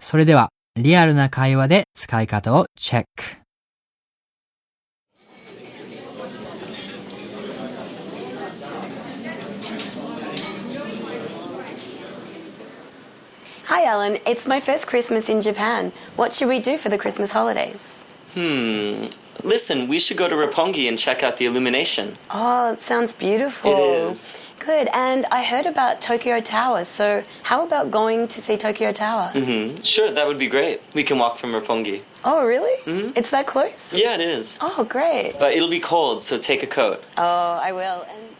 それでは、リアルな会話で使い方をチェック。 Hi, Ellen. It's my first Christmas in Japan. What should we do for the Christmas holidays? Hmm. Listen, we should go to Roppongi and check out the illumination. Oh, it sounds beautiful. It is. Good. And I heard about Tokyo Tower, so how about going to see Tokyo Tower? Hmm. Sure, that would be great. We can walk from Roppongi. Oh, really? It's that close? Mm-hmm. Yeah, it is. Oh, great. But it'll be cold, so take a coat. Oh, I will. And